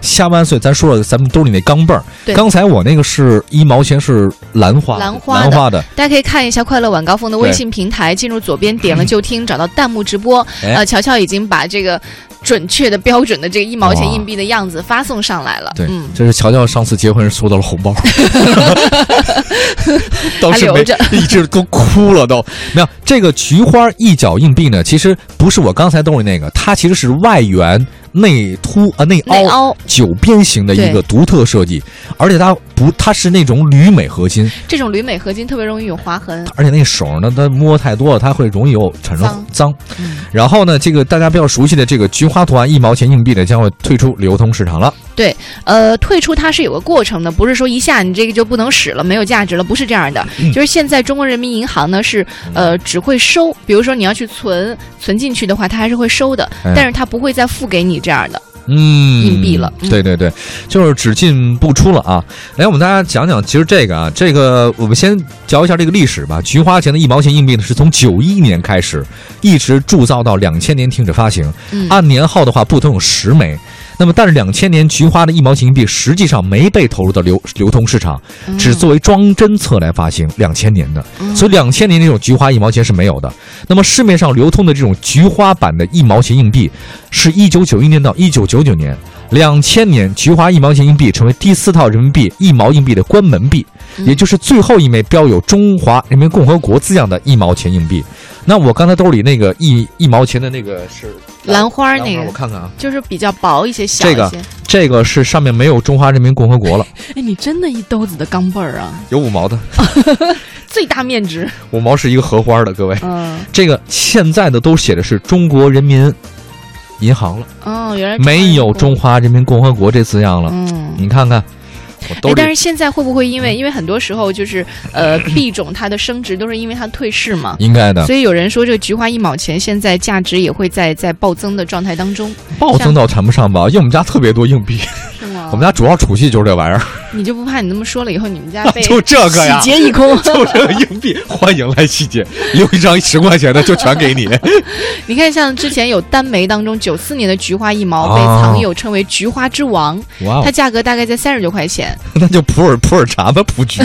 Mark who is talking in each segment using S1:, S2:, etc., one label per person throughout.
S1: 下万岁，咱说了，咱们兜里那钢镚儿
S2: 对，
S1: 刚才我那个是一毛钱，是兰花，
S2: 兰
S1: 兰
S2: 花的
S1: 的，
S2: 大家可以看一下快乐晚高峰的微信平台，进入左边点了就 听，找到弹幕直播。
S1: 哎
S2: 呃，乔乔已经把这个准确的、标准的这个一毛钱
S1: 哇
S2: 硬币的样子发送上来了。
S1: 对
S2: 嗯，，
S1: 这是乔乔上次结婚时收到了 红包，当时
S2: 还
S1: 没
S2: 留着
S1: 一直都哭了都。没有这个菊花一角硬币呢，其实不是我刚才兜里那个，它其实是外圆内凸啊内
S2: 内
S1: 凹
S2: 凹
S1: 九边形的一个独特设计，而且它不它是那种铝镁合金，
S2: 这种铝镁合金特别容易有划痕。
S1: 而且那手呢它摸太多了，它会容易有产生脏。
S2: 嗯，
S1: 然后呢，这个大家比较熟悉的这个菊花图案一毛钱硬币呢，将会退出流通市场了。
S2: 呃，退出它是有个过程的，不是说一下你这个就不能使了，没有价值了，不是这样的。
S1: 嗯
S2: 就是现在中国人民银行呢是呃只会收，比如说你要去存存进去的话，它还是会收的，
S1: 哎
S2: 但是它不会再付给你这样的。
S1: 嗯，
S2: 硬币了嗯
S1: 对对对，就是只进不出了啊。来，我们大家讲讲，其实这个啊，这个我们先聊一下这个历史吧。菊花钱的一毛钱硬币呢，是从九一年开始，一直铸造到两千年停止发行。
S2: 嗯，
S1: 按年号的话，不同有十枚。那么，但是两千年菊花的一毛钱硬币实际上没被投入到流流通市场，只作为装帧册来发行。两千年的，
S2: 嗯
S1: 所以两千年这种菊花一毛钱是没有的。那么市面上流通的这种菊花版的一毛钱硬币，是一九九一年到一九九九年，两千年菊花一毛钱硬币成为第四套人民币一毛硬币的关门币，
S2: 嗯
S1: 也就是最后一枚标有中华人民共和国字样的一毛钱硬币。那我刚才兜里那个一一毛钱的那个是
S2: 兰花那
S1: 兰
S2: 个
S1: 我看看啊，
S2: 就是比较薄一些，小一
S1: 这
S2: 些。
S1: 个这个是上面没有中华人民共和国了，
S2: 哎，你真的一兜子的钢镚儿啊，
S1: 有五毛的，
S2: 最大面值。
S1: 五毛是一个荷花的，各位。
S2: 嗯，
S1: 这个现在的都写的是中国人民银行了，
S2: 哦，原来
S1: 没有中。华人民共和国这字样了。
S2: 嗯。
S1: 你看看，我兜
S2: 哎，但
S1: 里
S2: 是现在会不会
S1: 嗯
S2: 因为，因为很多时候就是， 呃，币种它的升值都是因为它退市嘛，
S1: 应该的
S2: 所以有人说这个菊花一毛钱现在价值也会在在暴增的状态当中，
S1: 暴增倒谈不上吧，因为我们家特别多硬币，
S2: 是吗？
S1: 我们家主要储蓄就是这玩意儿，
S2: 你就不怕你那么说了以后你们家 被
S1: 就这个呀
S2: 洗。劫一空？
S1: 就这个硬币，欢迎来洗劫，留一张十块钱的就全给你。
S2: 你看，像之前有单枚当中九四年的菊花一毛被
S1: 哦
S2: 藏友称为“菊花之王”，
S1: 哇哦
S2: 它，价格大概在三十多块钱，
S1: 那就普洱普洱茶吧，普 菊，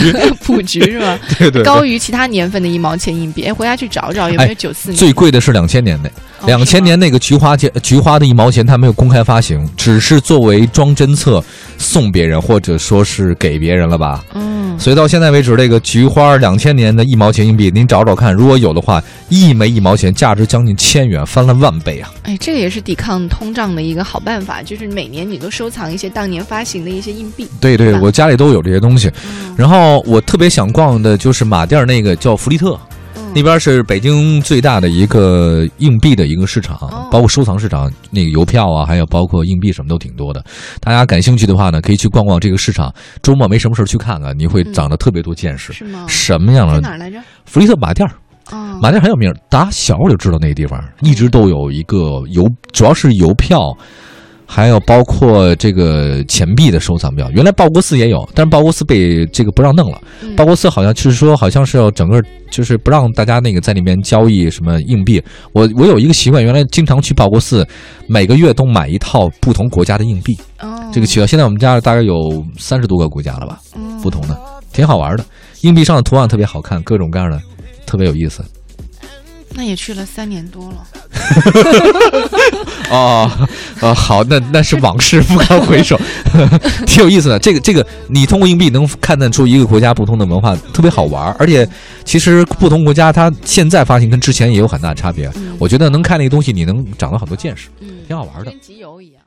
S2: 普菊是吧？
S1: 对对
S2: 高
S1: 对。
S2: 于其他年份的一毛钱硬币。哎，回家去找找有没有九四年。
S1: 最贵的是两千年的，
S2: 哦
S1: 两千年那个菊花钱，菊花的一毛钱，它没有公开发行，只是作为装帧册送别人，或者说是给别人了吧。
S2: 是吗嗯，
S1: 所以到现在为止，这个菊花两千年的一毛钱硬币，您找找看，如果有的话，一枚一毛钱，价值将近千元，翻了万倍啊！
S2: 哎，这个也是抵抗通胀的一个好办法，就是每年你都收藏一些当年发行的一些硬币。
S1: 对对，
S2: 吧
S1: 我家里都有这些东西。
S2: 嗯
S1: 然后我特别想逛的就是马甸儿那个叫弗利特，
S2: 嗯
S1: 那边是北京最大的一个硬币的一个市场
S2: 哦，
S1: 包括收藏市场，那个邮票啊，还有包括硬币什么都挺多的。大家感兴趣的话呢，可以去逛逛这个市场，周末没什么事儿去看看，你会
S2: 嗯
S1: 长得特别多见识。
S2: 是吗？
S1: 什么样
S2: 在哪
S1: 的
S2: 儿来着？
S1: 弗利特马甸儿？
S2: 啊，
S1: 马甸很有名儿，打小我就知道那个地方，一直都有一个邮，主要是邮票，还有包括这个钱币的收藏比较。原来报国寺也有，但是报国寺被这个不让弄了。
S2: 嗯
S1: 报国寺好像是说，好像是要整个就是不让大家那个在里面交易什么硬币。我我有一个习惯，原来经常去报国寺，每个月都买一套不同国家的硬币。
S2: 哦
S1: 这个渠道现在我们家大概有三十多个国家了吧，
S2: 嗯
S1: 不同的，挺好玩的。硬币上的图案特别好看，各种各样的，特别有意思。
S2: 嗯那也去了三年多了。
S1: 哦，呃，好，那那是往事不堪回首，挺有意思的。这个这个，你通过硬币能看得出一个国家不同的文化，特别好玩儿。而且，其实不同国家它现在发行跟之前也有很大差别。
S2: 嗯
S1: 我觉得能看那个东西，你能长了很多见识，
S2: 嗯
S1: 挺好玩的。
S2: 跟集邮一样。